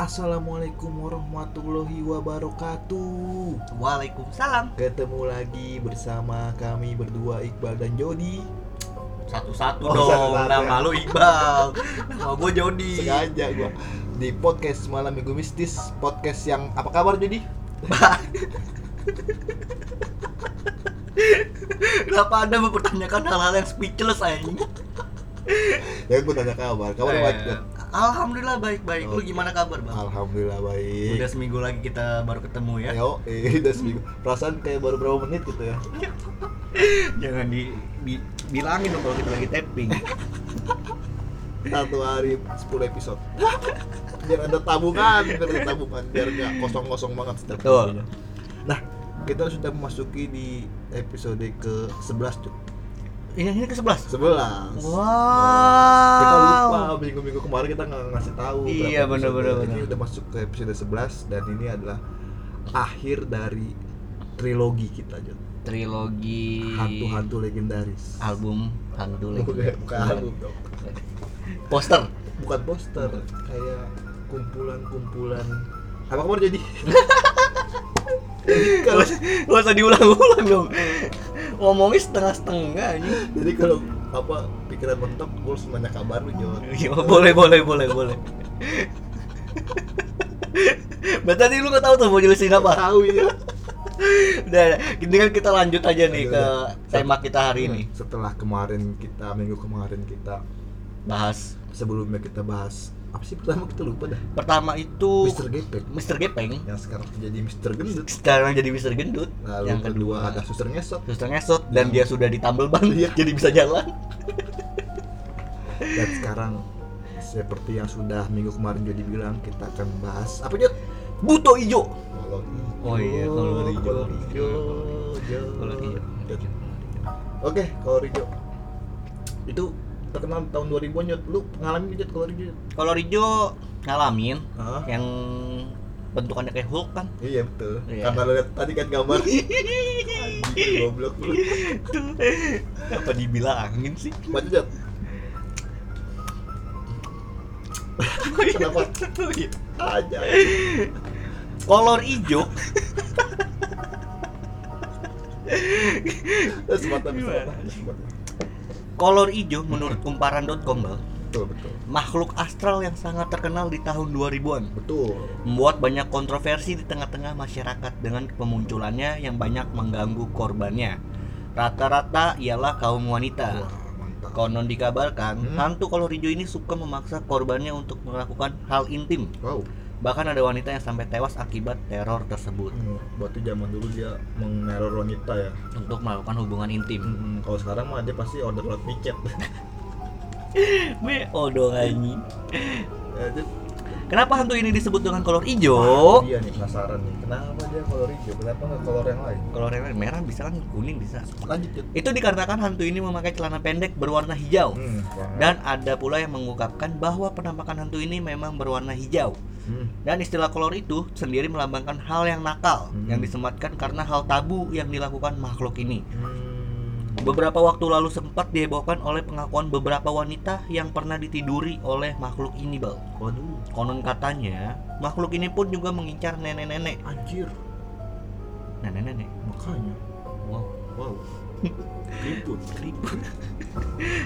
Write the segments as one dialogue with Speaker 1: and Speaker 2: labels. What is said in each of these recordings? Speaker 1: Assalamualaikum warahmatullahi wabarakatuh.
Speaker 2: Waalaikumsalam.
Speaker 1: Ketemu lagi bersama kami berdua Iqbal dan Jody.
Speaker 2: Satu-satu
Speaker 1: Oh,
Speaker 2: dong.
Speaker 1: satu-satu
Speaker 2: Nama
Speaker 1: ya.
Speaker 2: lu Iqbal. Nama gue Jody.
Speaker 1: Sengaja gua di podcast malam minggu mistis podcast yang apa kabar Jody?
Speaker 2: Kenapa Anda mempertanyakan hal-hal yang speechless anjing?
Speaker 1: Ya gue tanya kabar. Kabar
Speaker 2: Eh,
Speaker 1: baik. Bang.
Speaker 2: Alhamdulillah baik-baik. Lu
Speaker 1: Oke.
Speaker 2: gimana kabar, Bang?
Speaker 1: Alhamdulillah
Speaker 2: Udah
Speaker 1: baik.
Speaker 2: seminggu lagi kita baru ketemu ya.
Speaker 1: Yo, eh, udah seminggu. Perasaan kayak baru berapa menit gitu ya.
Speaker 2: Jangan di, di- bilangin dong kalau kita lagi tapping.
Speaker 1: Satu hari 10 episode. Biar ada tabungan, biar ada tabungan, biar nggak kosong-kosong banget setiap
Speaker 2: Betul.
Speaker 1: minggunya. Nah, kita sudah memasuki di episode ke-11 Cuk.
Speaker 2: Iya, Ini ini ke-11.
Speaker 1: 11
Speaker 2: Wow.
Speaker 1: kita lupa minggu-minggu kemarin kita nggak ngasih tahu berapa
Speaker 2: Iya, bener,
Speaker 1: episode.
Speaker 2: bener,
Speaker 1: ini
Speaker 2: bener.
Speaker 1: udah masuk ke episode 11 dan ini adalah akhir dari trilogi kita Jod
Speaker 2: Trilogi
Speaker 1: hantu-hantu legendaris
Speaker 2: album Iya. hantu lagi.
Speaker 1: bukan, bukan album dong
Speaker 2: Poster.
Speaker 1: bukan poster kayak kumpulan-kumpulan apa kabar jadi
Speaker 2: Gak usah, gak usah diulang-ulang dong Ngomongnya setengah-setengah ini
Speaker 1: jadi kalau apa pikiran mentok gue harus nanya kabar lu Jod
Speaker 2: Boleh, boleh, boleh, boleh Berarti tadi lu gak tahu tuh mau jelasin
Speaker 1: Nggak
Speaker 2: apa
Speaker 1: tahu ya
Speaker 2: Udah, gini kan kita lanjut aja nih
Speaker 1: Lanjut,
Speaker 2: ke
Speaker 1: lanjut.
Speaker 2: tema kita hari ini
Speaker 1: setelah kemarin kita minggu kemarin kita
Speaker 2: Bahas
Speaker 1: sebelumnya kita bahas apa sih pertama kita lupa dah
Speaker 2: Pertama itu
Speaker 1: Mr. Gepek
Speaker 2: Mr. Gepeng
Speaker 1: yang sekarang jadi Mr. Gendut
Speaker 2: Sekarang jadi Mr. Gendut
Speaker 1: lalu
Speaker 2: Yang
Speaker 1: kedua,
Speaker 2: kedua
Speaker 1: Nah, ada Suster Ngesot
Speaker 2: Suster ngesot dan dia
Speaker 1: Yang-
Speaker 2: sudah ditambel ban
Speaker 1: Iya.
Speaker 2: jadi bisa jalan
Speaker 1: dan sekarang seperti yang sudah minggu kemarin jadi bilang kita akan bahas apa Jod?
Speaker 2: Buto ijo
Speaker 1: Kolor hijau
Speaker 2: Oh iya, kolor hijau.
Speaker 1: kolor hijau Jod.
Speaker 2: Kolor hijau.
Speaker 1: Jod. oke kolor hijau itu terkenal tahun 2000 an Jod lu ngalamin Jod kolor hijau Jod?
Speaker 2: Kolor ijo ngalamin
Speaker 1: Hah?
Speaker 2: yang bentukannya kayak Hulk kan
Speaker 1: iya betul
Speaker 2: Iya.
Speaker 1: karena lu lihat tadi kan gambar Anjing, goblok lu
Speaker 2: apa dibilangin sih
Speaker 1: baca Jod
Speaker 2: Oh, iya.
Speaker 1: Kenapa? aja
Speaker 2: kolor ijo
Speaker 1: kesempatan kesempatan kesempatan.
Speaker 2: kolor ijo menurut kumparan.com Bal,
Speaker 1: betul betul
Speaker 2: makhluk astral yang sangat terkenal di tahun 2000-an
Speaker 1: betul
Speaker 2: membuat banyak kontroversi di tengah-tengah masyarakat dengan pemunculannya yang banyak mengganggu korbannya rata-rata ialah kaum wanita
Speaker 1: wah mantap
Speaker 2: konon dikabarkan
Speaker 1: Hmm.
Speaker 2: hantu kolor ijo ini suka memaksa korbannya untuk melakukan hal intim
Speaker 1: wow
Speaker 2: bahkan ada wanita yang sampai tewas akibat teror tersebut
Speaker 1: Hmm, berarti zaman dulu dia meneror wanita ya
Speaker 2: untuk melakukan hubungan intim
Speaker 1: Hmm, kalau sekarang mah dia pasti order lewat micet
Speaker 2: BO Oh, dong anjing.
Speaker 1: Eh, dia-
Speaker 2: Kenapa hantu ini disebut dengan kolor ijo?
Speaker 1: dia
Speaker 2: iya.
Speaker 1: iya nih penasaran nih kenapa dia kolor hijau kenapa nggak kolor yang lain
Speaker 2: Kolor yang lain, merah bisa kan, kuning bisa.
Speaker 1: lanjut ya
Speaker 2: Itu dikarenakan hantu ini memakai celana pendek berwarna hijau.
Speaker 1: hmm,
Speaker 2: Dan ada pula yang mengungkapkan bahwa penampakan hantu ini memang berwarna hijau.
Speaker 1: hmm,
Speaker 2: Dan istilah kolor itu sendiri melambangkan hal yang nakal
Speaker 1: Hmm.
Speaker 2: yang disematkan karena hal tabu yang dilakukan makhluk ini.
Speaker 1: hmm.
Speaker 2: Beberapa waktu lalu sempat dihebohkan oleh pengakuan beberapa wanita yang pernah ditiduri oleh makhluk ini, Bal.
Speaker 1: waduh
Speaker 2: Konon katanya, makhluk ini pun juga mengincar nenek-nenek
Speaker 1: anjir
Speaker 2: nenek-nenek
Speaker 1: makanya
Speaker 2: wow
Speaker 1: wow ribut
Speaker 2: keriput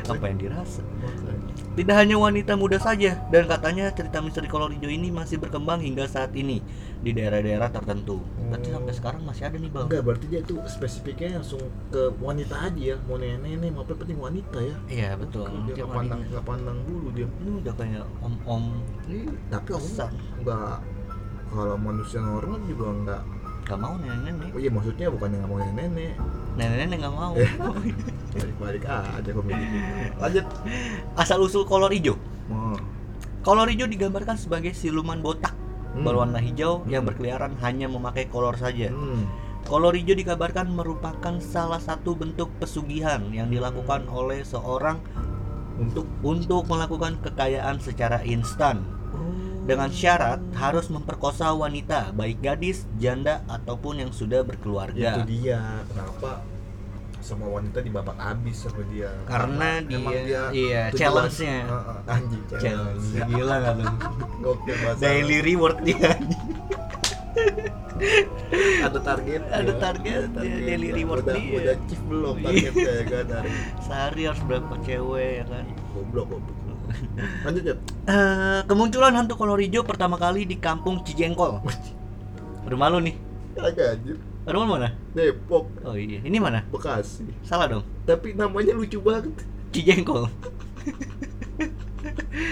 Speaker 2: apa yang dirasa
Speaker 1: makanya
Speaker 2: tidak hanya wanita muda saja dan katanya cerita misteri kolor hijau ini masih berkembang hingga saat ini di daerah-daerah tertentu berarti
Speaker 1: Hmm.
Speaker 2: sampai sekarang masih ada nih bang
Speaker 1: Enggak, berarti dia tuh spesifiknya langsung ke wanita aja ya Mau nenek-nenek, mau apa penting wanita ya
Speaker 2: iya betul
Speaker 1: Dia
Speaker 2: Tiap
Speaker 1: nggak
Speaker 2: hari.
Speaker 1: pandang, nggak pandang bulu dia
Speaker 2: ini udah kayak om-om
Speaker 1: Tapi om
Speaker 2: besar
Speaker 1: nggak kalau manusia normal juga nggak
Speaker 2: gak mau nenek-nenek
Speaker 1: oh iya maksudnya bukan yang nggak mau nenek
Speaker 2: nenek-nenek gak mau
Speaker 1: Eh. balik balik aja komedi lanjut
Speaker 2: asal-usul kolor hijau
Speaker 1: mau
Speaker 2: kolor hijau digambarkan sebagai siluman botak
Speaker 1: Hmm.
Speaker 2: berwarna hijau yang
Speaker 1: Hmm.
Speaker 2: berkeliaran hanya memakai kolor saja
Speaker 1: hmm.
Speaker 2: Kolor hijau dikabarkan merupakan salah satu bentuk pesugihan yang dilakukan oleh seorang
Speaker 1: untuk
Speaker 2: untuk melakukan kekayaan secara instan dengan syarat harus memperkosa wanita baik gadis, janda ataupun yang sudah
Speaker 1: itu
Speaker 2: berkeluarga.
Speaker 1: dia kenapa semua wanita dibabat abis sama dia
Speaker 2: Karena
Speaker 1: emang
Speaker 2: dia-
Speaker 1: tujuan-
Speaker 2: iya, challenge-nya.
Speaker 1: Heeh, anjing challenge
Speaker 2: Challenge. Gila nggak lu?
Speaker 1: Gokil bahasa.
Speaker 2: Daily reward dia.
Speaker 1: ada target
Speaker 2: Ada target, iya, daily reward
Speaker 1: udah,
Speaker 2: dia. Iya.
Speaker 1: udah achieve belum targetnya ya kan hari ini?
Speaker 2: Sehari harus berapa cewek ya kan?
Speaker 1: goblok goblok lanjut ya
Speaker 2: Eh, kemunculan hantu kolor hijau pertama kali di kampung Cijengkol. Rumah lu nih.
Speaker 1: kagak anjir
Speaker 2: Rumah mana?
Speaker 1: Depok
Speaker 2: Oh iya, ini mana?
Speaker 1: Bekasi
Speaker 2: Salah dong.
Speaker 1: tapi namanya lucu banget
Speaker 2: Cijengkol.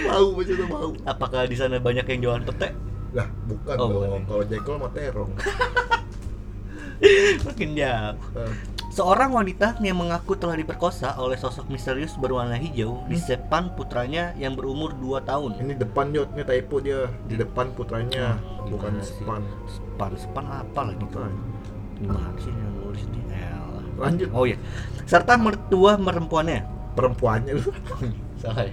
Speaker 1: mau macam tuh mau
Speaker 2: Apakah di sana banyak yang jualan pete?
Speaker 1: lah bukan
Speaker 2: Oh,
Speaker 1: dong
Speaker 2: bukan.
Speaker 1: kalau jengkol mah terong
Speaker 2: Makin jauh.
Speaker 1: Eh,
Speaker 2: Seorang wanita yang mengaku telah diperkosa oleh sosok misterius berwarna hijau di depan putranya yang berumur 2 tahun.
Speaker 1: ini depan yot ini typo dia di depan putranya
Speaker 2: Hmm,
Speaker 1: bukan
Speaker 2: gimana sih?
Speaker 1: span
Speaker 2: Sepan sepan apa lagi?
Speaker 1: Bukan.
Speaker 2: Gimana sih yang nulis ini? Elah.
Speaker 1: lanjut
Speaker 2: Oh iya. Serta mertua perempuannya.
Speaker 1: perempuannya lu
Speaker 2: Salah ya.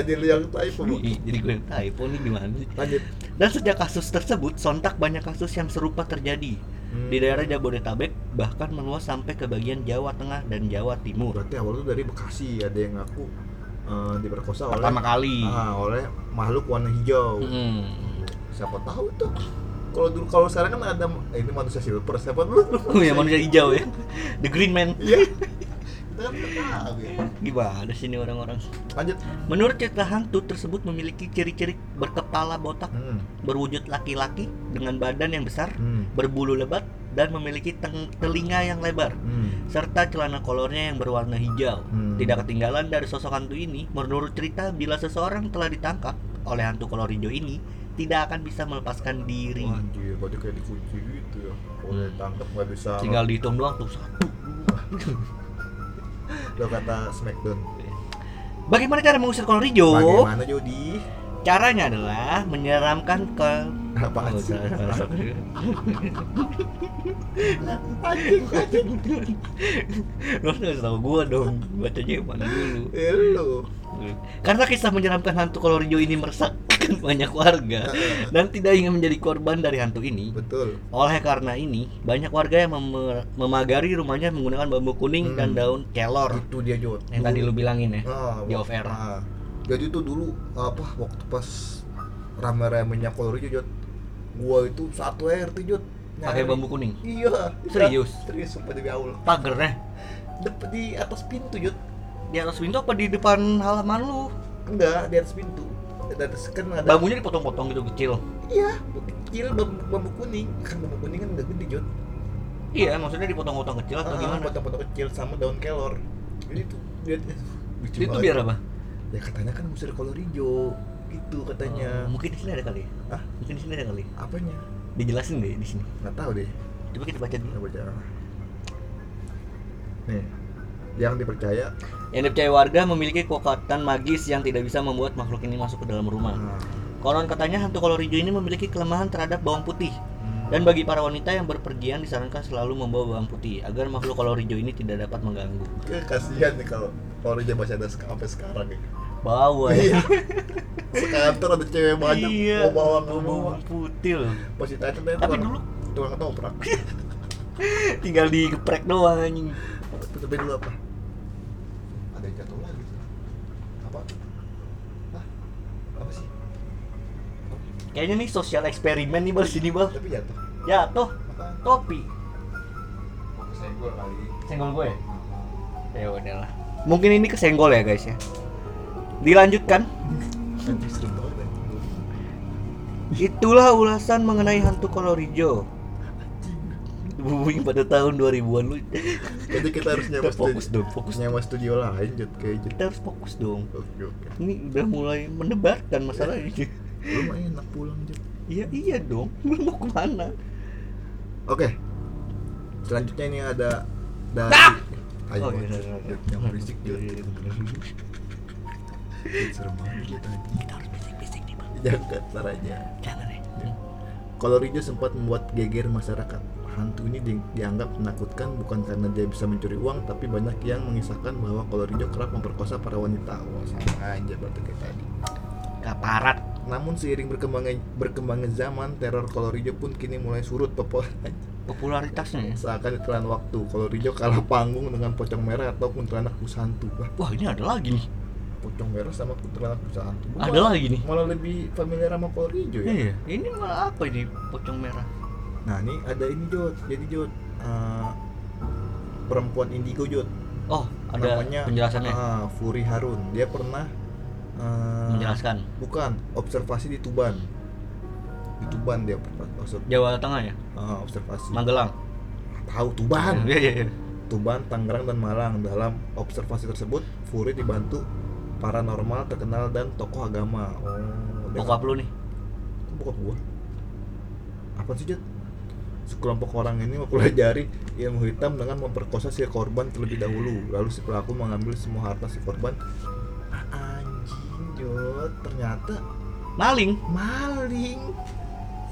Speaker 1: jadi lu yang typo Bu.
Speaker 2: Ih, Jadi gue yang typo nih gimana sih?
Speaker 1: lanjut
Speaker 2: Dan sejak kasus tersebut, sontak banyak kasus yang serupa terjadi
Speaker 1: Hmm.
Speaker 2: di daerah Jabodetabek, bahkan meluas sampai ke bagian Jawa Tengah dan Jawa Timur.
Speaker 1: berarti awal tuh dari Bekasi ada yang ngaku eh, diperkosa oleh
Speaker 2: Pertama kali.
Speaker 1: ah, oleh makhluk warna hijau
Speaker 2: Mm.
Speaker 1: siapa tahu tuh kalau dulu kalau sekarang kan ada eh, ini manusia silver siapa dulu
Speaker 2: Oh ya manusia hijau ya. The Green Man.
Speaker 1: iya kita kan nggak tahu ya
Speaker 2: Gimana sih ini orang-orang?
Speaker 1: lanjut
Speaker 2: Menurut cerita hantu tersebut memiliki ciri-ciri berkepala botak,
Speaker 1: hmm.
Speaker 2: berwujud laki-laki dengan badan yang besar,
Speaker 1: Hmm.
Speaker 2: berbulu lebat, dan memiliki teng- telinga yang lebar.
Speaker 1: Hmm.
Speaker 2: serta celana kolornya yang berwarna hijau.
Speaker 1: Hmm.
Speaker 2: Tidak ketinggalan dari sosok hantu ini, menurut cerita bila seseorang telah ditangkap oleh hantu kolor hijau ini, tidak akan bisa melepaskan diri.
Speaker 1: Wah, anjir, berarti kayak dikunci gitu ya. Kalau
Speaker 2: Hmm.
Speaker 1: ditangkap nggak bisa.
Speaker 2: Tinggal dihitung doang tuh satu.
Speaker 1: Lo kata Smackdown.
Speaker 2: Bagaimana cara mengusir kolor hijau?
Speaker 1: Bagaimana Jody?
Speaker 2: Caranya adalah menyeramkan ke
Speaker 1: Apaan
Speaker 2: Oh,
Speaker 1: sih?
Speaker 2: salah, salah, salah.
Speaker 1: Anjing, anjing.
Speaker 2: Lo harus ngasih tau gua dong, bacanya yang mana dulu
Speaker 1: Eh, lu.
Speaker 2: Karena kisah menyeramkan hantu kolor hijau ini meresahkan banyak warga Dan tidak ingin menjadi korban dari hantu ini
Speaker 1: Betul.
Speaker 2: Oleh karena ini, banyak warga yang mem- memagari rumahnya menggunakan bambu kuning
Speaker 1: Hmm.
Speaker 2: dan daun kelor
Speaker 1: Itu dia Jod.
Speaker 2: yang tadi lu bilangin ya.
Speaker 1: Ah,
Speaker 2: di
Speaker 1: wak-
Speaker 2: off air.
Speaker 1: ah. Jadi tuh dulu apa waktu pas rame-ramenya kolor hijau Jod. Gua itu satu RT Jod.
Speaker 2: Pakai
Speaker 1: Nyari.
Speaker 2: bambu kuning.
Speaker 1: Iya.
Speaker 2: Serius?
Speaker 1: Serius sumpah demi Allah.
Speaker 2: Pagernya
Speaker 1: Dep- di atas pintu Jod.
Speaker 2: di atas pintu apa di depan halaman lu?
Speaker 1: Enggak, di atas pintu. Di atas kan ada
Speaker 2: Bambunya dipotong-potong gitu kecil.
Speaker 1: Iya, kecil bambu, bambu kuning. Kan bambu kuning kan udah gede, Jod.
Speaker 2: Iya, maksudnya dipotong-potong kecil
Speaker 1: Ah,
Speaker 2: atau gimana?
Speaker 1: potong-potong kecil sama daun kelor. Jadi itu dia lucu
Speaker 2: Itu
Speaker 1: banget.
Speaker 2: biar apa?
Speaker 1: Ya katanya kan musir kolor hijau gitu
Speaker 2: Oh,
Speaker 1: katanya.
Speaker 2: mungkin di sini ada kali. ya?
Speaker 1: Hah?
Speaker 2: Mungkin di sini ada kali. ya?
Speaker 1: Apanya?
Speaker 2: Dijelasin deh di sini.
Speaker 1: Nggak tahu deh.
Speaker 2: Coba kita baca dulu.
Speaker 1: Nggak baca. Nih, yang dipercaya
Speaker 2: Yang dipercaya warga memiliki kekuatan magis yang tidak bisa membuat makhluk ini masuk ke dalam rumah.
Speaker 1: ah,
Speaker 2: Konon katanya hantu kolor hijau ini memiliki kelemahan terhadap bawang putih.
Speaker 1: hmm,
Speaker 2: Dan bagi para wanita yang berpergian disarankan selalu membawa bawang putih agar makhluk kolor hijau ini tidak dapat mengganggu.
Speaker 1: ke- kasihan nih kalau kolor hijau masih ada sek- sampai sekarang ya.
Speaker 2: Bawa
Speaker 1: Iya. Sekantor ada cewek banyak mau
Speaker 2: Iya,
Speaker 1: bawa mau bawa.
Speaker 2: bawang putih loh.
Speaker 1: Pas ditanya ternyata
Speaker 2: Tapi
Speaker 1: tukang-
Speaker 2: dulu-
Speaker 1: tukang ketoprak.
Speaker 2: Tinggal digeprek doang anjing.
Speaker 1: Tapi dulu apa? Ada yang jatuh lagi. Apa? Hah? Apa sih?
Speaker 2: Kayaknya nih sosial eksperimen nih bal sini bal.
Speaker 1: Tapi jatuh.
Speaker 2: Jatuh
Speaker 1: Apaan?
Speaker 2: topi.
Speaker 1: Mau kesenggol kali.
Speaker 2: Senggol gue. Ya udahlah. Mungkin ini kesenggol ya guys ya. Dilanjutkan.
Speaker 1: Nanti serem banget anjing.
Speaker 2: Itulah ulasan mengenai hantu kolor hijau. Buing pada tahun 2000-an lu.
Speaker 1: Iya, Jadi kita harus nyewa studio.
Speaker 2: Fokus dong, fokus.
Speaker 1: Nyewa studio lain jut kayak jut.
Speaker 2: Kita harus fokus dong.
Speaker 1: Oke oke.
Speaker 2: ini udah mulai menebarkan masalah ini
Speaker 1: Lu mah enak pulang jut.
Speaker 2: iya iya dong lu mau kemana
Speaker 1: Oke. Selanjutnya ini ada dari Ayo, Jut.
Speaker 2: iya, iya, iya.
Speaker 1: yang berisik jut.
Speaker 2: Iya, iya, iya.
Speaker 1: Jut, Serem banget jut anjing.
Speaker 2: kita harus bisik-bisik nih bang
Speaker 1: Jangan ntar aja.
Speaker 2: jangan ya
Speaker 1: Kolor hijau sempat membuat geger masyarakat. Hantu ini di- dianggap menakutkan bukan karena dia bisa mencuri uang, tapi banyak yang mengisahkan bahwa kolor hijau kerap memperkosa para wanita. Wah, sama aja berarti kayak tadi.
Speaker 2: kaparat
Speaker 1: Namun seiring berkembangnya berkembangnya zaman, teror kolor hijau pun kini mulai surut populer
Speaker 2: popularitasnya ya.
Speaker 1: seakan ditelan waktu. Kolor hijau kalah panggung dengan pocong merah atau kuntilanak busantu. Wah,
Speaker 2: Wah ini ada lagi nih,
Speaker 1: pocong merah sama kuntilanak busantu. Gua
Speaker 2: ada
Speaker 1: malah-
Speaker 2: lagi nih.
Speaker 1: Malah lebih familiar sama kolor hijau ya.
Speaker 2: Iya. Ini malah apa ini pocong merah?
Speaker 1: Nah, ini ada ini Jod. Jadi Jod eh, perempuan indigo Jod.
Speaker 2: Oh ada
Speaker 1: Namanya-
Speaker 2: penjelasannya,
Speaker 1: Ah, Furi Harun. Dia pernah eh,
Speaker 2: menjelaskan
Speaker 1: bukan observasi di Tuban. Di Tuban dia pernah obser-
Speaker 2: Jawa Tengah ya,
Speaker 1: ah, observasi.
Speaker 2: Magelang.
Speaker 1: Tahu Tuban.
Speaker 2: Iya iya. iya.
Speaker 1: Tuban, Tangerang, dan Malang. Dalam observasi tersebut, Furi dibantu paranormal terkenal dan tokoh agama. Oh, dia-
Speaker 2: Bokap lu nih.
Speaker 1: Kok bokap gua. Apa sih, Jod? Sekelompok orang ini mempelajari ilmu hitam dengan memperkosa si korban terlebih dahulu. Lalu si pelaku mengambil semua harta si korban. Anjing, Jod. Ternyata
Speaker 2: Maling,
Speaker 1: maling.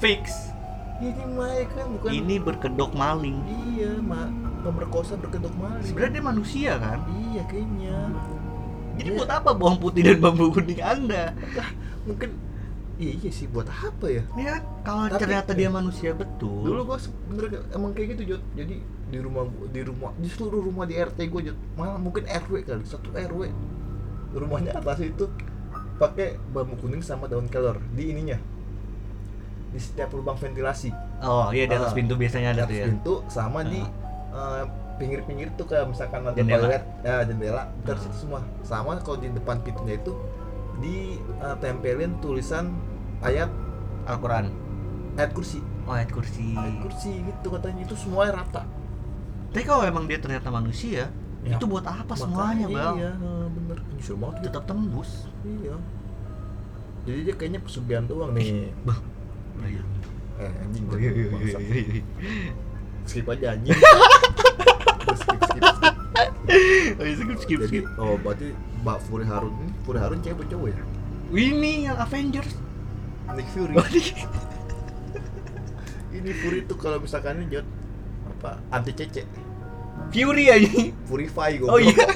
Speaker 2: fix.
Speaker 1: Ini maling kan bukan
Speaker 2: Ini berkedok maling.
Speaker 1: Iya, ma pemerkosa berkedok maling.
Speaker 2: Sebenarnya dia manusia kan.
Speaker 1: Iya, kayaknya.
Speaker 2: Jadi
Speaker 1: Iya.
Speaker 2: buat apa bawang putih dan bambu kuning Anda?
Speaker 1: mungkin iya, iya sih buat apa ya
Speaker 2: Ya, kalau
Speaker 1: Tapi-
Speaker 2: ternyata dia manusia betul.
Speaker 1: dulu gua sebenernya emang kayak gitu Jod jadi di rumah gua- di rumah di seluruh rumah di RT gua Jod malah mungkin RW kali satu RW rumahnya atas itu pakai bambu kuning sama daun kelor di ininya di setiap lubang ventilasi
Speaker 2: oh iya di atas
Speaker 1: Ah.
Speaker 2: pintu biasanya ada
Speaker 1: atas
Speaker 2: tuh ya.
Speaker 1: pintu sama di eh,
Speaker 2: Ah.
Speaker 1: pinggir-pinggir tuh kayak misalkan ada
Speaker 2: Jendela.
Speaker 1: toilet ya jendela terus
Speaker 2: Ah.
Speaker 1: itu semua sama kalau di depan pintunya itu ditempelin tulisan ayat
Speaker 2: Al-Quran.
Speaker 1: ayat kursi
Speaker 2: Oh ayat kursi.
Speaker 1: Naik kursi gitu katanya itu semuanya rata
Speaker 2: Tapi kalau emang dia ternyata manusia,
Speaker 1: Ya.
Speaker 2: itu Iya. buat apa semuanya
Speaker 1: Makanya
Speaker 2: bang?
Speaker 1: iya eh, bener nyusul banget gitu
Speaker 2: Tetap tembus.
Speaker 1: iya jadi dia kayaknya pesugihan doang nih
Speaker 2: Bang.
Speaker 1: eh anjing
Speaker 2: Iya. Oh, iya, iya, iya,
Speaker 1: Bangsat.
Speaker 2: iya, iya.
Speaker 1: skip aja anjing Terus skip skip skip
Speaker 2: Oh, iya, skip, skip,
Speaker 1: jadi
Speaker 2: skip.
Speaker 1: oh berarti mbak Furi Harun ini Furi Harun cewek apa cowok ya
Speaker 2: Ini yang Avengers.
Speaker 1: Nick Fury ini Fury tuh kalau misalkan ini jod apa anti cece
Speaker 2: Fury aja.
Speaker 1: Purify gue
Speaker 2: Oh iya.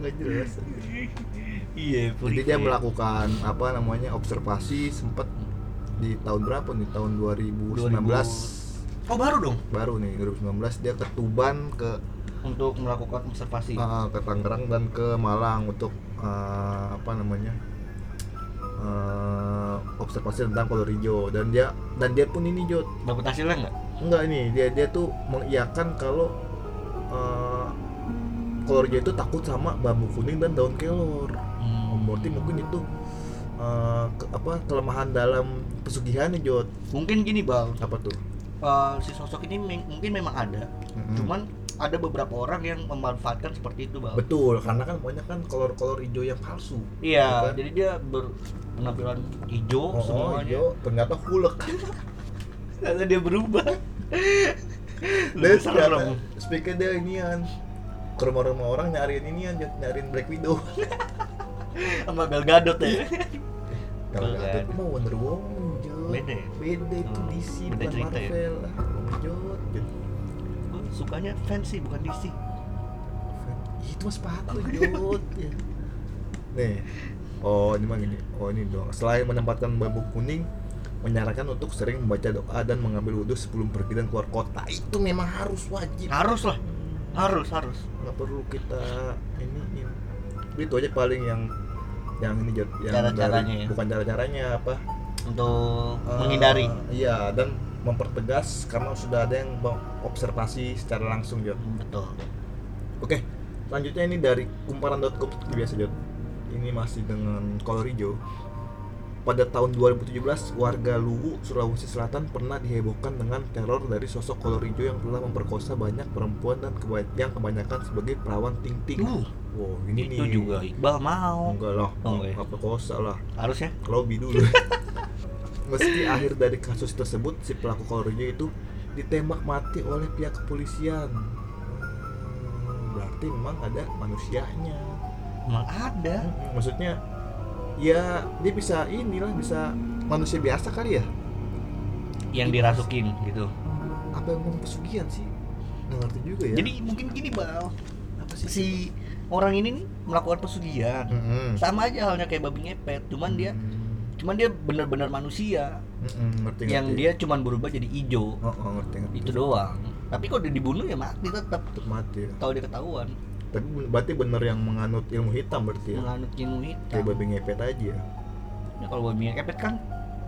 Speaker 1: nggak jelas
Speaker 2: iya, Fury.
Speaker 1: Jadi dia melakukan apa namanya observasi sempat di tahun berapa nih? Tahun 2019
Speaker 2: Oh baru dong
Speaker 1: baru nih 2019 dia ke Tuban ke
Speaker 2: untuk melakukan observasi.
Speaker 1: eh, ke Tangerang dan ke Malang untuk eh, apa namanya eh, observasi tentang kolor hijau dan dia dan dia pun ini Jod
Speaker 2: Dapat hasilnya nggak?
Speaker 1: enggak ini dia dia tuh mengiyakan kalau eh, kolor hijau itu takut sama bambu kuning dan daun kelor.
Speaker 2: Hmm,
Speaker 1: Berarti mungkin itu eh, ke- apa kelemahan dalam pesugihan nih Jod
Speaker 2: Mungkin gini bang,
Speaker 1: apa tuh
Speaker 2: Eh, si sosok ini meng- mungkin memang ada,
Speaker 1: Mm-mm.
Speaker 2: cuman ada beberapa orang yang memanfaatkan seperti itu bang.
Speaker 1: betul karena kan banyak kan kolor-kolor hijau yang palsu
Speaker 2: Iya,
Speaker 1: Bukan.
Speaker 2: jadi dia berpenampilan hijau
Speaker 1: oh,
Speaker 2: semuanya.
Speaker 1: hijau ternyata hulek
Speaker 2: Karena dia berubah.
Speaker 1: dan
Speaker 2: Lebih
Speaker 1: ternyata
Speaker 2: serem.
Speaker 1: speaker dia inian ke rumah-rumah orang nyariin inian Jod. nyariin Black Widow
Speaker 2: sama Gal Gadot
Speaker 1: Iya.
Speaker 2: ya.
Speaker 1: kalau nggak ada
Speaker 2: Bukan.
Speaker 1: itu mah Wonder Woman Jod
Speaker 2: Iya. Beda ya.
Speaker 1: beda itu
Speaker 2: Hmm,
Speaker 1: DC
Speaker 2: beda
Speaker 1: bukan
Speaker 2: cerita ya.
Speaker 1: Marvel Ah, Jod Jod.
Speaker 2: Gue sukanya fancy bukan DC.
Speaker 1: Ih, itu mah sepatu Jod Ya. nih oh ini mah gini oh ini doang selain menempatkan bambu kuning menyarankan untuk sering membaca doa dan mengambil wudhu sebelum pergi dan keluar kota itu memang harus wajib
Speaker 2: Harus lah, harus harus.
Speaker 1: nggak perlu kita ini, ini. itu aja paling yang yang ini Jod. yang
Speaker 2: Cara-caranya
Speaker 1: dari-
Speaker 2: ya?
Speaker 1: bukan cara caranya apa
Speaker 2: Untuk
Speaker 1: eh,
Speaker 2: menghindari.
Speaker 1: iya dan mempertegas karena sudah ada yang observasi secara langsung Jod
Speaker 2: Hmm, Betul.
Speaker 1: Oke, selanjutnya ini dari kumparan.com seperti biasa Jod. Ini masih dengan kolor hijau. Pada tahun 2017, warga Luwu, Sulawesi Selatan pernah dihebohkan dengan teror dari sosok kolor hijau yang telah memperkosa banyak perempuan dan keba- yang kebanyakan sebagai perawan ting-ting.
Speaker 2: Uh,
Speaker 1: Wow, ini
Speaker 2: itu
Speaker 1: nih.
Speaker 2: juga Iqbal mau.
Speaker 1: Enggak lah,
Speaker 2: Oh, enggak ya.
Speaker 1: enggak perkosa lah.
Speaker 2: Harus ya.
Speaker 1: Lobby dulu. Meski akhir dari kasus tersebut, si pelaku kolor hijau itu ditembak mati oleh pihak kepolisian. Hmm, Berarti memang ada manusianya.
Speaker 2: Emang ada.
Speaker 1: Hmm, Maksudnya ya dia bisa inilah bisa manusia biasa kali ya.
Speaker 2: yang dirasukin gitu.
Speaker 1: Apa yang pesugihan sih? Nggak ngerti juga ya.
Speaker 2: Jadi mungkin gini bal
Speaker 1: apa sih?
Speaker 2: si orang ini nih melakukan pesugihan
Speaker 1: Mm-mm.
Speaker 2: sama aja halnya kayak babi ngepet cuman dia
Speaker 1: Hmm. Mm-mm.
Speaker 2: cuman dia benar-benar manusia
Speaker 1: Mm-mm, ngerti
Speaker 2: yang
Speaker 1: ngerti.
Speaker 2: dia cuman berubah jadi ijo
Speaker 1: oh, oh, ngerti ngerti
Speaker 2: itu doang tapi kalau dia dibunuh ya mati tetap
Speaker 1: Tetep mati ya.
Speaker 2: kalau dia ketahuan
Speaker 1: tapi ben- berarti bener yang menganut ilmu hitam berarti ya
Speaker 2: menganut ilmu
Speaker 1: kayak
Speaker 2: hitam
Speaker 1: babi ngepet aja ya
Speaker 2: Nah, kalau babi ngepet kan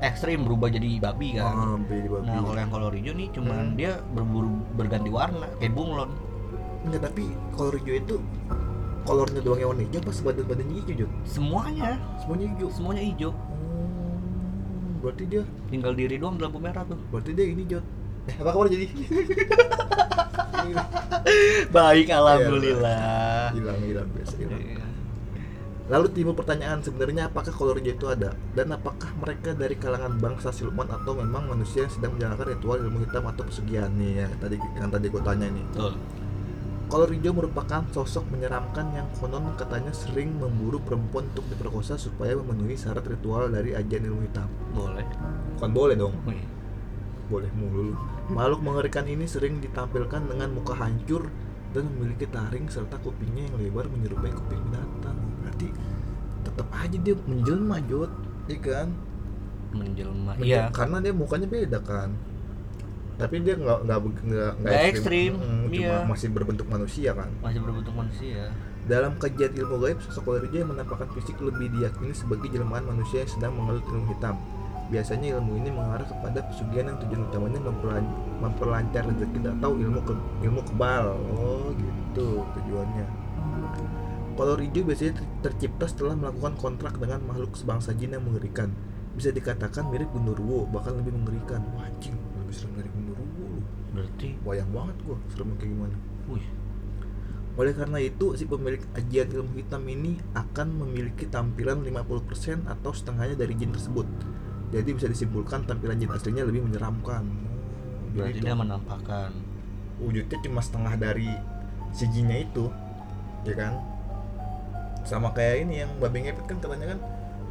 Speaker 2: ekstrim berubah jadi babi kan
Speaker 1: ah babi babi
Speaker 2: nah kalau yang kolor hijau nih cuman
Speaker 1: Hmm.
Speaker 2: dia berburu berganti warna kayak bunglon
Speaker 1: enggak tapi kolor hijau itu kolornya doang yang warna hijau pas badan badannya hijau Jod?
Speaker 2: semuanya
Speaker 1: semuanya hijau
Speaker 2: semuanya hijau
Speaker 1: Hmm, berarti dia
Speaker 2: tinggal diri doang di lampu merah tuh
Speaker 1: berarti dia ini Jod eh apa kabar jadi
Speaker 2: baik alhamdulillah
Speaker 1: hilang hilang biasa
Speaker 2: Iya.
Speaker 1: hilang lalu timbul pertanyaan sebenarnya apakah kolor hijau itu ada dan apakah mereka dari kalangan bangsa siluman atau memang manusia yang sedang menjalankan ritual ilmu hitam atau pesugihan nih ya, tadi yang tadi gue tanya nih
Speaker 2: betul
Speaker 1: Kolor hijau merupakan sosok menyeramkan yang konon katanya sering memburu perempuan untuk diperkosa supaya memenuhi syarat ritual dari ajian ilmu hitam.
Speaker 2: boleh
Speaker 1: Bukan boleh dong,
Speaker 2: Wih,
Speaker 1: boleh mulu. lu. Makhluk mengerikan ini sering ditampilkan dengan muka hancur dan memiliki taring serta kupingnya yang lebar menyerupai kuping binatang. Berarti tetap aja dia menjelma, Jod. Iya kan?
Speaker 2: menjelma
Speaker 1: Menjel-
Speaker 2: iya
Speaker 1: Karena dia mukanya beda kan. Tapi dia nggak nggak be- nggak nggak
Speaker 2: Nggak ekstrim,
Speaker 1: Mm, cuma
Speaker 2: iya.
Speaker 1: masih berbentuk manusia kan.
Speaker 2: masih berbentuk manusia ya.
Speaker 1: Dalam kajian ilmu gaib, sosok Elijah yang menampakkan fisik lebih diyakini sebagai jelmaan manusia yang sedang mengelut ilmu hitam. Biasanya ilmu ini mengarah kepada pesugihan yang tujuan utamanya memperlan- memperlancar rezeki atau ilmu ke- ilmu kebal. Oh, gitu tujuannya. Kolor hijau biasanya ter- tercipta setelah melakukan kontrak dengan makhluk sebangsa jin yang mengerikan. Bisa dikatakan mirip Gundurwo, bahkan lebih mengerikan. Wah, anjing, lebih serem dari Gundurwo lu.
Speaker 2: berarti
Speaker 1: Wayang banget gua, serem kayak gimana.
Speaker 2: wih
Speaker 1: Oleh karena itu, si pemilik ajian ilmu hitam ini akan memiliki tampilan 50% atau setengahnya dari jin tersebut. Jadi bisa disimpulkan tampilan jin aslinya lebih menyeramkan. Jadi
Speaker 2: berarti
Speaker 1: itu
Speaker 2: dia menampakkan
Speaker 1: wujudnya cuma setengah dari si jinnya itu, ya kan? Sama kayak ini yang babi ngepet kan katanya kan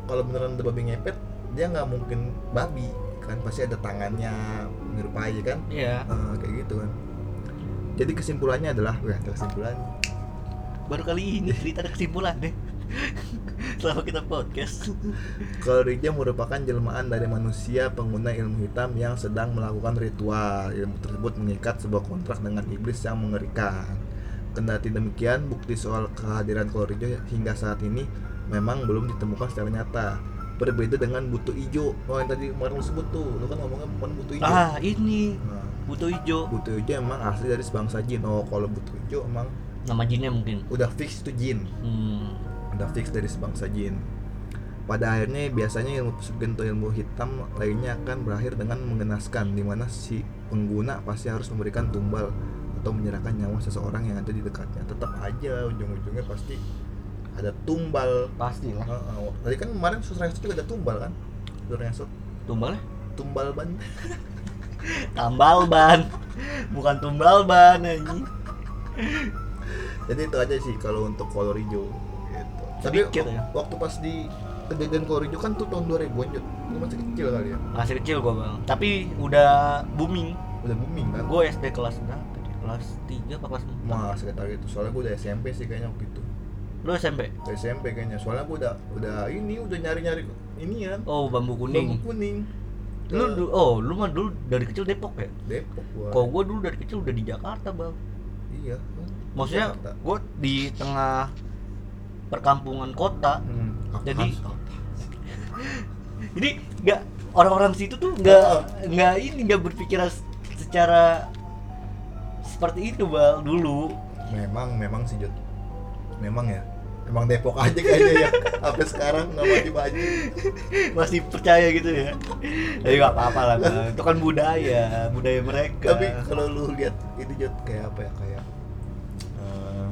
Speaker 1: kalau beneran ada babi ngepet dia nggak mungkin babi kan pasti ada tangannya menyerupai ya kan
Speaker 2: iya
Speaker 1: Eh, kayak gitu kan jadi kesimpulannya adalah wah ada kesimpulannya
Speaker 2: baru kali ini cerita ada kesimpulan deh selama kita podcast
Speaker 1: Kalorija merupakan jelmaan dari manusia pengguna ilmu hitam yang sedang melakukan ritual. Ilmu tersebut mengikat sebuah kontrak dengan iblis yang mengerikan. Kendati demikian, bukti soal kehadiran Kalorija hingga saat ini memang belum ditemukan secara nyata. Berbeda dengan butuh ijo. Oh, yang tadi kemarin lu sebut tuh, lu kan ngomongnya bukan butuh ijo.
Speaker 2: ah ini
Speaker 1: Nah,
Speaker 2: butuh hijau
Speaker 1: butuh ijo emang asli dari sebangsa jin. Oh, kalau butuh ijo emang
Speaker 2: nama jinnya mungkin
Speaker 1: udah fix itu jin.
Speaker 2: hmm.
Speaker 1: udah fix dari sebangsa jin. Pada akhirnya biasanya ilmu pesugihan atau ilmu hitam lainnya akan berakhir dengan mengenaskan di mana si pengguna pasti harus memberikan tumbal atau menyerahkan nyawa seseorang yang ada di dekatnya. Tetap aja ujung-ujungnya pasti ada tumbal.
Speaker 2: pastilah
Speaker 1: Heeh. Tadi kan kemarin susah juga ada tumbal kan? Susah
Speaker 2: tumbalnya
Speaker 1: tumbal ban.
Speaker 2: tambal ban bukan tumbal ban anjing
Speaker 1: Jadi itu aja sih kalau untuk kolor hijau gitu. Tapi
Speaker 2: Sedikit ya.
Speaker 1: waktu pas di kejadian kolor hijau kan tuh tahun 2000-an, Jud. Lu masih kecil kali ya.
Speaker 2: masih kecil gua bang tapi udah booming
Speaker 1: Udah booming kan?
Speaker 2: gua SD kelas berapa deh? kelas 3 apa kelas
Speaker 1: Mas sekitar itu soalnya gue udah SMP sih kayaknya waktu itu
Speaker 2: 4 lu SMP
Speaker 1: udah SMP kayaknya soalnya gue udah udah ini udah nyari nyari ini kan
Speaker 2: oh bambu kuning
Speaker 1: Bambu kuning Ke
Speaker 2: lu du- oh lu mah dulu dari kecil Depok ya
Speaker 1: Depok gua
Speaker 2: kalau gua dulu dari kecil udah di Jakarta bang
Speaker 1: iya
Speaker 2: maksudnya
Speaker 1: Jakarta.
Speaker 2: gua di tengah perkampungan kota
Speaker 1: hmm.
Speaker 2: Jadi-
Speaker 1: Apaan?
Speaker 2: jadi nggak orang-orang situ tuh nggak nggak ini nggak berpikiran s- secara seperti itu bal dulu
Speaker 1: memang memang sih Jod memang ya emang Depok aja kayaknya ya sampai sekarang nggak maju maju
Speaker 2: masih percaya gitu ya tapi nggak apa-apa lah Bang. itu kan budaya budaya mereka
Speaker 1: tapi kalau lu lihat itu Jod kayak apa ya kayak eh,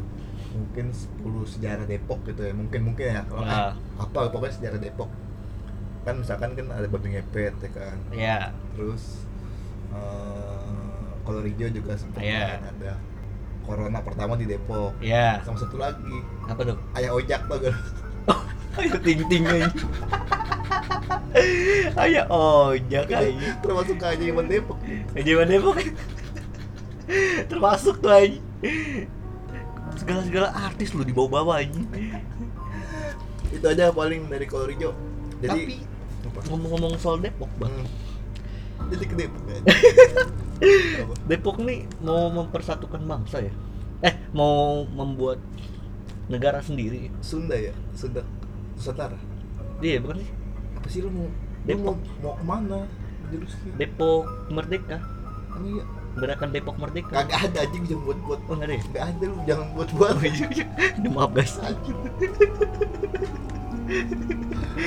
Speaker 1: mungkin 10 sejarah Depok gitu ya mungkin mungkin ya kalau
Speaker 2: Ah.
Speaker 1: apa pokoknya sejarah Depok kan misalkan kan ada babi ngepet ya kan
Speaker 2: ya
Speaker 1: terus eh kolor hijau juga sempat
Speaker 2: Iya.
Speaker 1: kan ada corona pertama di Depok
Speaker 2: ya
Speaker 1: sama satu lagi
Speaker 2: apa tuh
Speaker 1: ayah ojak tuh kan
Speaker 2: ayo ting ting aja ayo ojek aja
Speaker 1: termasuk ke ajaiban Depok
Speaker 2: aja mana Depok termasuk tuh aja segala-segala artis lu dibawa-bawa anjing.
Speaker 1: itu aja paling dari kolor hijau
Speaker 2: Tapi
Speaker 1: jadi apa?
Speaker 2: ngomong-ngomong soal Depok, Bang.
Speaker 1: Hmm. jadi ke Depok aja. Apa?
Speaker 2: Depok nih mau mempersatukan bangsa ya. Eh, mau membuat negara sendiri.
Speaker 1: Sunda ya Sunda Nusantara
Speaker 2: Iya, bukan sih?
Speaker 1: apa sih lu mau lu
Speaker 2: Depok.
Speaker 1: mau mau kemana jurusnya
Speaker 2: Depok Merdeka.
Speaker 1: Emang iya?
Speaker 2: Gerakan Depok Merdeka.
Speaker 1: kagak ada anjing jangan buat buat
Speaker 2: Oh, enggak ada ya?
Speaker 1: nggak ada lu jangan buat buat
Speaker 2: Oh, iya, iya. Aduh, maaf guys.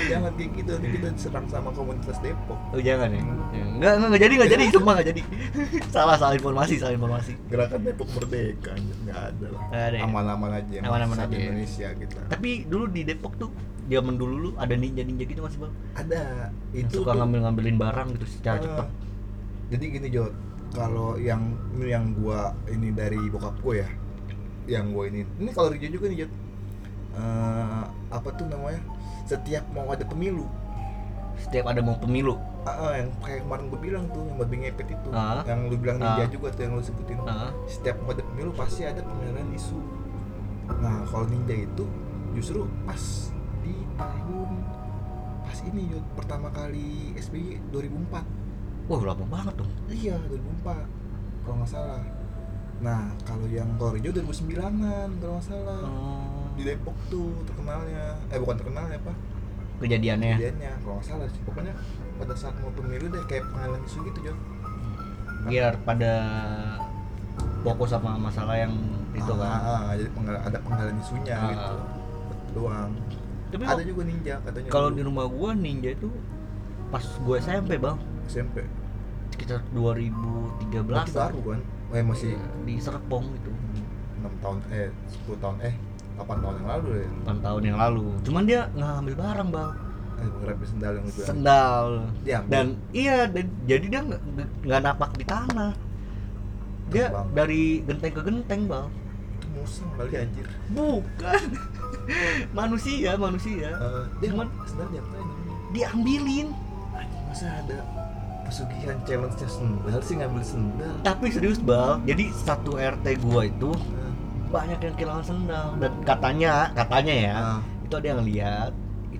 Speaker 1: jangan kayak gitu nanti kita diserang sama komunitas Depok
Speaker 2: Oh, jangan ya. Enggak, enggak, enggak jadi, enggak jadi, semua enggak jadi. salah, salah informasi, salah informasi.
Speaker 1: gerakan Depok merdeka anjir. nggak ada lah
Speaker 2: Nggak ada ya?
Speaker 1: aman-aman aja yang
Speaker 2: Aman-aman
Speaker 1: satu
Speaker 2: aja ya?
Speaker 1: Indonesia gitu
Speaker 2: Tapi dulu di Depok tuh zaman dulu lu ada ninja-ninja gitu masih Bang.
Speaker 1: ada
Speaker 2: Yang
Speaker 1: itu
Speaker 2: suka
Speaker 1: tuh-
Speaker 2: ngambil-ngambilin barang gitu secara
Speaker 1: Ah.
Speaker 2: cepat.
Speaker 1: jadi gini Jod kalau yang ini yang gua ini dari bokap gua ya yang gua ini ini kalau Rijo juga nih Jod Eh, apa tuh namanya setiap mau ada pemilu
Speaker 2: Setiap ada mau pemilu.
Speaker 1: ah, ah, yang kayak kemarin gua bilang tuh yang babi ngepet itu
Speaker 2: Ah.
Speaker 1: yang lu bilang ninja
Speaker 2: Ah.
Speaker 1: juga tuh yang lu sebutin
Speaker 2: Nah,
Speaker 1: setiap mau ada pemilu pasti ada pemilihan isu nah kalau ninja itu justru pas di tahun pas ini Jod pertama kali SBY 2004
Speaker 2: wah lama banget dong.
Speaker 1: Iya, 2004 kalau nggak salah. Nah, kalau yang Korijo 2009-an kalau nggak salah.
Speaker 2: Oh.
Speaker 1: Di Depok tuh terkenalnya. Eh bukan terkenalnya apa?
Speaker 2: kejadiannya.
Speaker 1: Kejadiannya kalau nggak salah. sih. Pokoknya pada saat mau pemilu deh kayak pengalaman isu gitu, Jon.
Speaker 2: Biar pada fokus sama masalah yang itu kan.
Speaker 1: Ah, ah, jadi penggal- ada penggalan isunya
Speaker 2: Ah.
Speaker 1: gitu. Doang.
Speaker 2: Tapi
Speaker 1: ada juga ninja katanya.
Speaker 2: kalau di
Speaker 1: dulu.
Speaker 2: rumah gua ninja itu pas gua SMP, Bang.
Speaker 1: SMP.
Speaker 2: Sekitar
Speaker 1: Berarti
Speaker 2: 2013
Speaker 1: baru kan? Eh masih
Speaker 2: Iya, di Serpong itu.
Speaker 1: enam tahun eh 10 tahun eh 8 tahun yang lalu ya.
Speaker 2: 8 tahun yang lalu. Cuman dia nggak ngambil barang, Bang.
Speaker 1: Eh, ngerapin sendal yang gue bilang.
Speaker 2: Sendal.
Speaker 1: Diambil.
Speaker 2: Dan iya, dan, jadi dia nggak- nggak napak di tanah. Dia
Speaker 1: Bang.
Speaker 2: dari genteng ke genteng, Bang.
Speaker 1: Itu musang kali anjir.
Speaker 2: Bukan. manusia, manusia.
Speaker 1: Eh, dia
Speaker 2: Cuman-
Speaker 1: sendal diapain namanya?
Speaker 2: Diambilin.
Speaker 1: Anjing, masa ada pesugihan challenge-nya sendal sih ngambil sendal
Speaker 2: Tapi serius, Bang. Jadi satu RT gua itu
Speaker 1: Eh,
Speaker 2: banyak yang kehilangan sendal dan katanya, katanya ya,
Speaker 1: Ah.
Speaker 2: itu ada yang lihat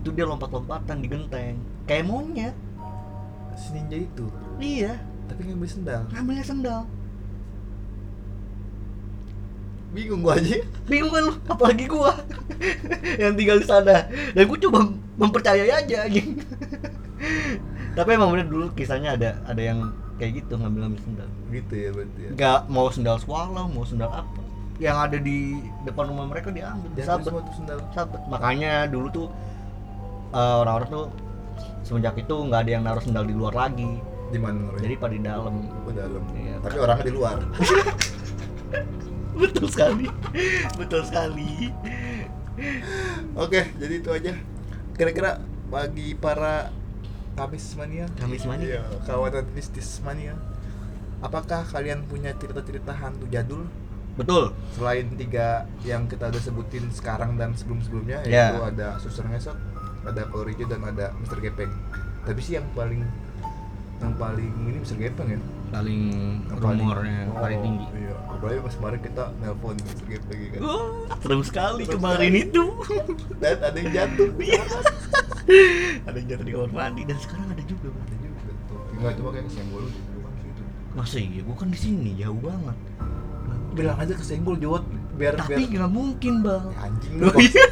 Speaker 2: itu dia lompat-lompatan di genteng kayak monyet
Speaker 1: nah, si ninja itu
Speaker 2: iya
Speaker 1: tapi ngambil sendal
Speaker 2: ngambilnya sendal
Speaker 1: bingung gua aja
Speaker 2: bingung kan lu apalagi gua yang tinggal di sana dan gua coba mempercayai aja gitu tapi emang bener dulu kisahnya ada ada yang kayak gitu ngambil ngambil sendal
Speaker 1: gitu ya berarti ya
Speaker 2: nggak mau sendal swallow mau sendal apa yang ada di depan rumah mereka diambil
Speaker 1: Dia ambil
Speaker 2: disabet
Speaker 1: semua tuh sendal
Speaker 2: sabet makanya dulu tuh eh, orang-orang tuh semenjak itu nggak ada yang naruh sendal di luar lagi
Speaker 1: di mana orangnya?
Speaker 2: jadi pada di dalam
Speaker 1: Gua dalam
Speaker 2: Iya.
Speaker 1: tapi orangnya di luar
Speaker 2: betul sekali betul sekali
Speaker 1: oke jadi itu aja kira-kira bagi para Kamis mania
Speaker 2: Kamis mania.
Speaker 1: Iya, kawanan mistis mania apakah kalian punya cerita-cerita hantu jadul
Speaker 2: betul
Speaker 1: selain tiga yang kita udah sebutin sekarang dan sebelum-sebelumnya
Speaker 2: Ya.
Speaker 1: yaitu ada Suster Ngesot, ada Colorijo dan ada Mr. Gepeng. Tapi sih yang paling yang paling ini Mr. Gepeng ya.
Speaker 2: paling
Speaker 1: Yang paling-
Speaker 2: rumornya
Speaker 1: oh,
Speaker 2: paling tinggi
Speaker 1: Iya, apalagi pas kemarin kita nelpon Mr. Gepeng ya kan.
Speaker 2: Wah, serem sekali
Speaker 1: Serem
Speaker 2: kemarin
Speaker 1: sekali.
Speaker 2: itu
Speaker 1: Dan ada yang jatuh.
Speaker 2: Iya. ada yang jatuh di kamar mandi dan sekarang ada juga Bang.
Speaker 1: Ada juga tuh. Enggak cuma kayak kesenggol gitu kan situ.
Speaker 2: masa iya gua kan di sini jauh banget
Speaker 1: Bilang aja kesenggol Jod biar
Speaker 2: tapi
Speaker 1: biar
Speaker 2: nggak mungkin bang
Speaker 1: Ya, gitu. anjing lu.
Speaker 2: Oh,
Speaker 1: Bang.
Speaker 2: iya.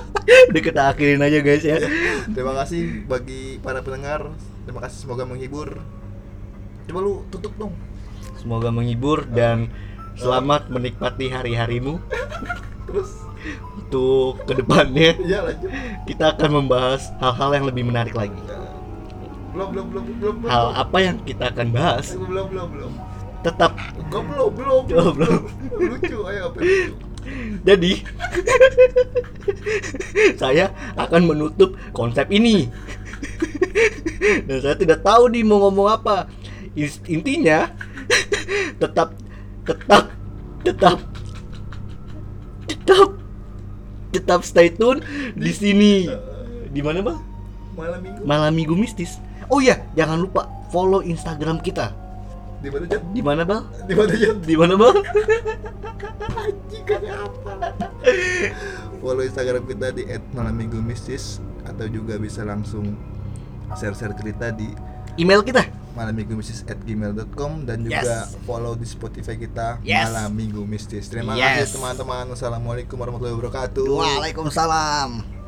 Speaker 2: udah kita akhirin aja guys ya
Speaker 1: Terima kasih bagi para pendengar. Terima kasih semoga menghibur. Coba lu tutup dong.
Speaker 2: semoga menghibur dan selamat menikmati hari-harimu
Speaker 1: Terus
Speaker 2: untuk kedepannya
Speaker 1: iya lanjut.
Speaker 2: kita akan membahas hal-hal yang lebih menarik lagi
Speaker 1: belum belum belum belum belum
Speaker 2: hal apa yang kita akan bahas
Speaker 1: belum belum belum
Speaker 2: tetap
Speaker 1: Gua belum belum
Speaker 2: Coba belum.
Speaker 1: lucu ayo apa lucu
Speaker 2: Jadi saya akan menutup konsep ini. Dan saya tidak tahu nih mau ngomong apa. Is- Intinya tetap tetap tetap tetap tetap stay tune di sini. Di mana, Bang?
Speaker 1: malam minggu
Speaker 2: Malam Minggu Mistis. Oh iya, jangan lupa follow Instagram kita
Speaker 1: Di mana Jod?
Speaker 2: Di mana, Bal?
Speaker 1: Di mana Jod?
Speaker 2: Di mana, Bal?
Speaker 1: Anjing apa? Follow Instagram kita di @malamigumistis atau juga bisa langsung share-share cerita di
Speaker 2: Email kita.
Speaker 1: malam minggu mistis at gmail.com dan juga
Speaker 2: Yes.
Speaker 1: follow di Spotify kita
Speaker 2: Yes.
Speaker 1: malam minggu mistis. Terima
Speaker 2: Yes.
Speaker 1: kasih teman-teman. Assalamualaikum warahmatullahi wabarakatuh.
Speaker 2: Waalaikumsalam.